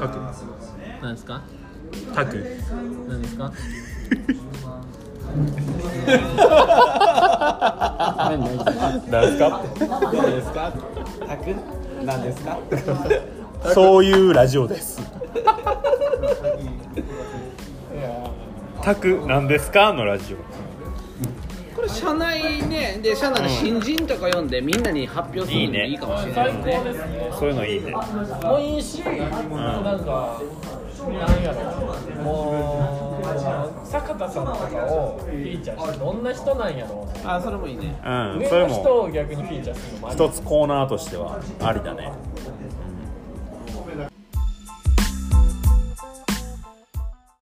タクなんですかタクなんですかなんすか何ですかタク何ですかそういうラジオですタクなんですかのラジオ これ社内ねで社内の新人とか読んでみんなに発表するのもいいかもしれないねですねそういうのいいねもういいし、なんか、なんやろ、もう、坂田さんとかをフィーチャーして、どんな人なんやろ、あそれもいいねうんそ上れの人もを逆にフィーチャーするのもあり一つコーナーとしてはありだねう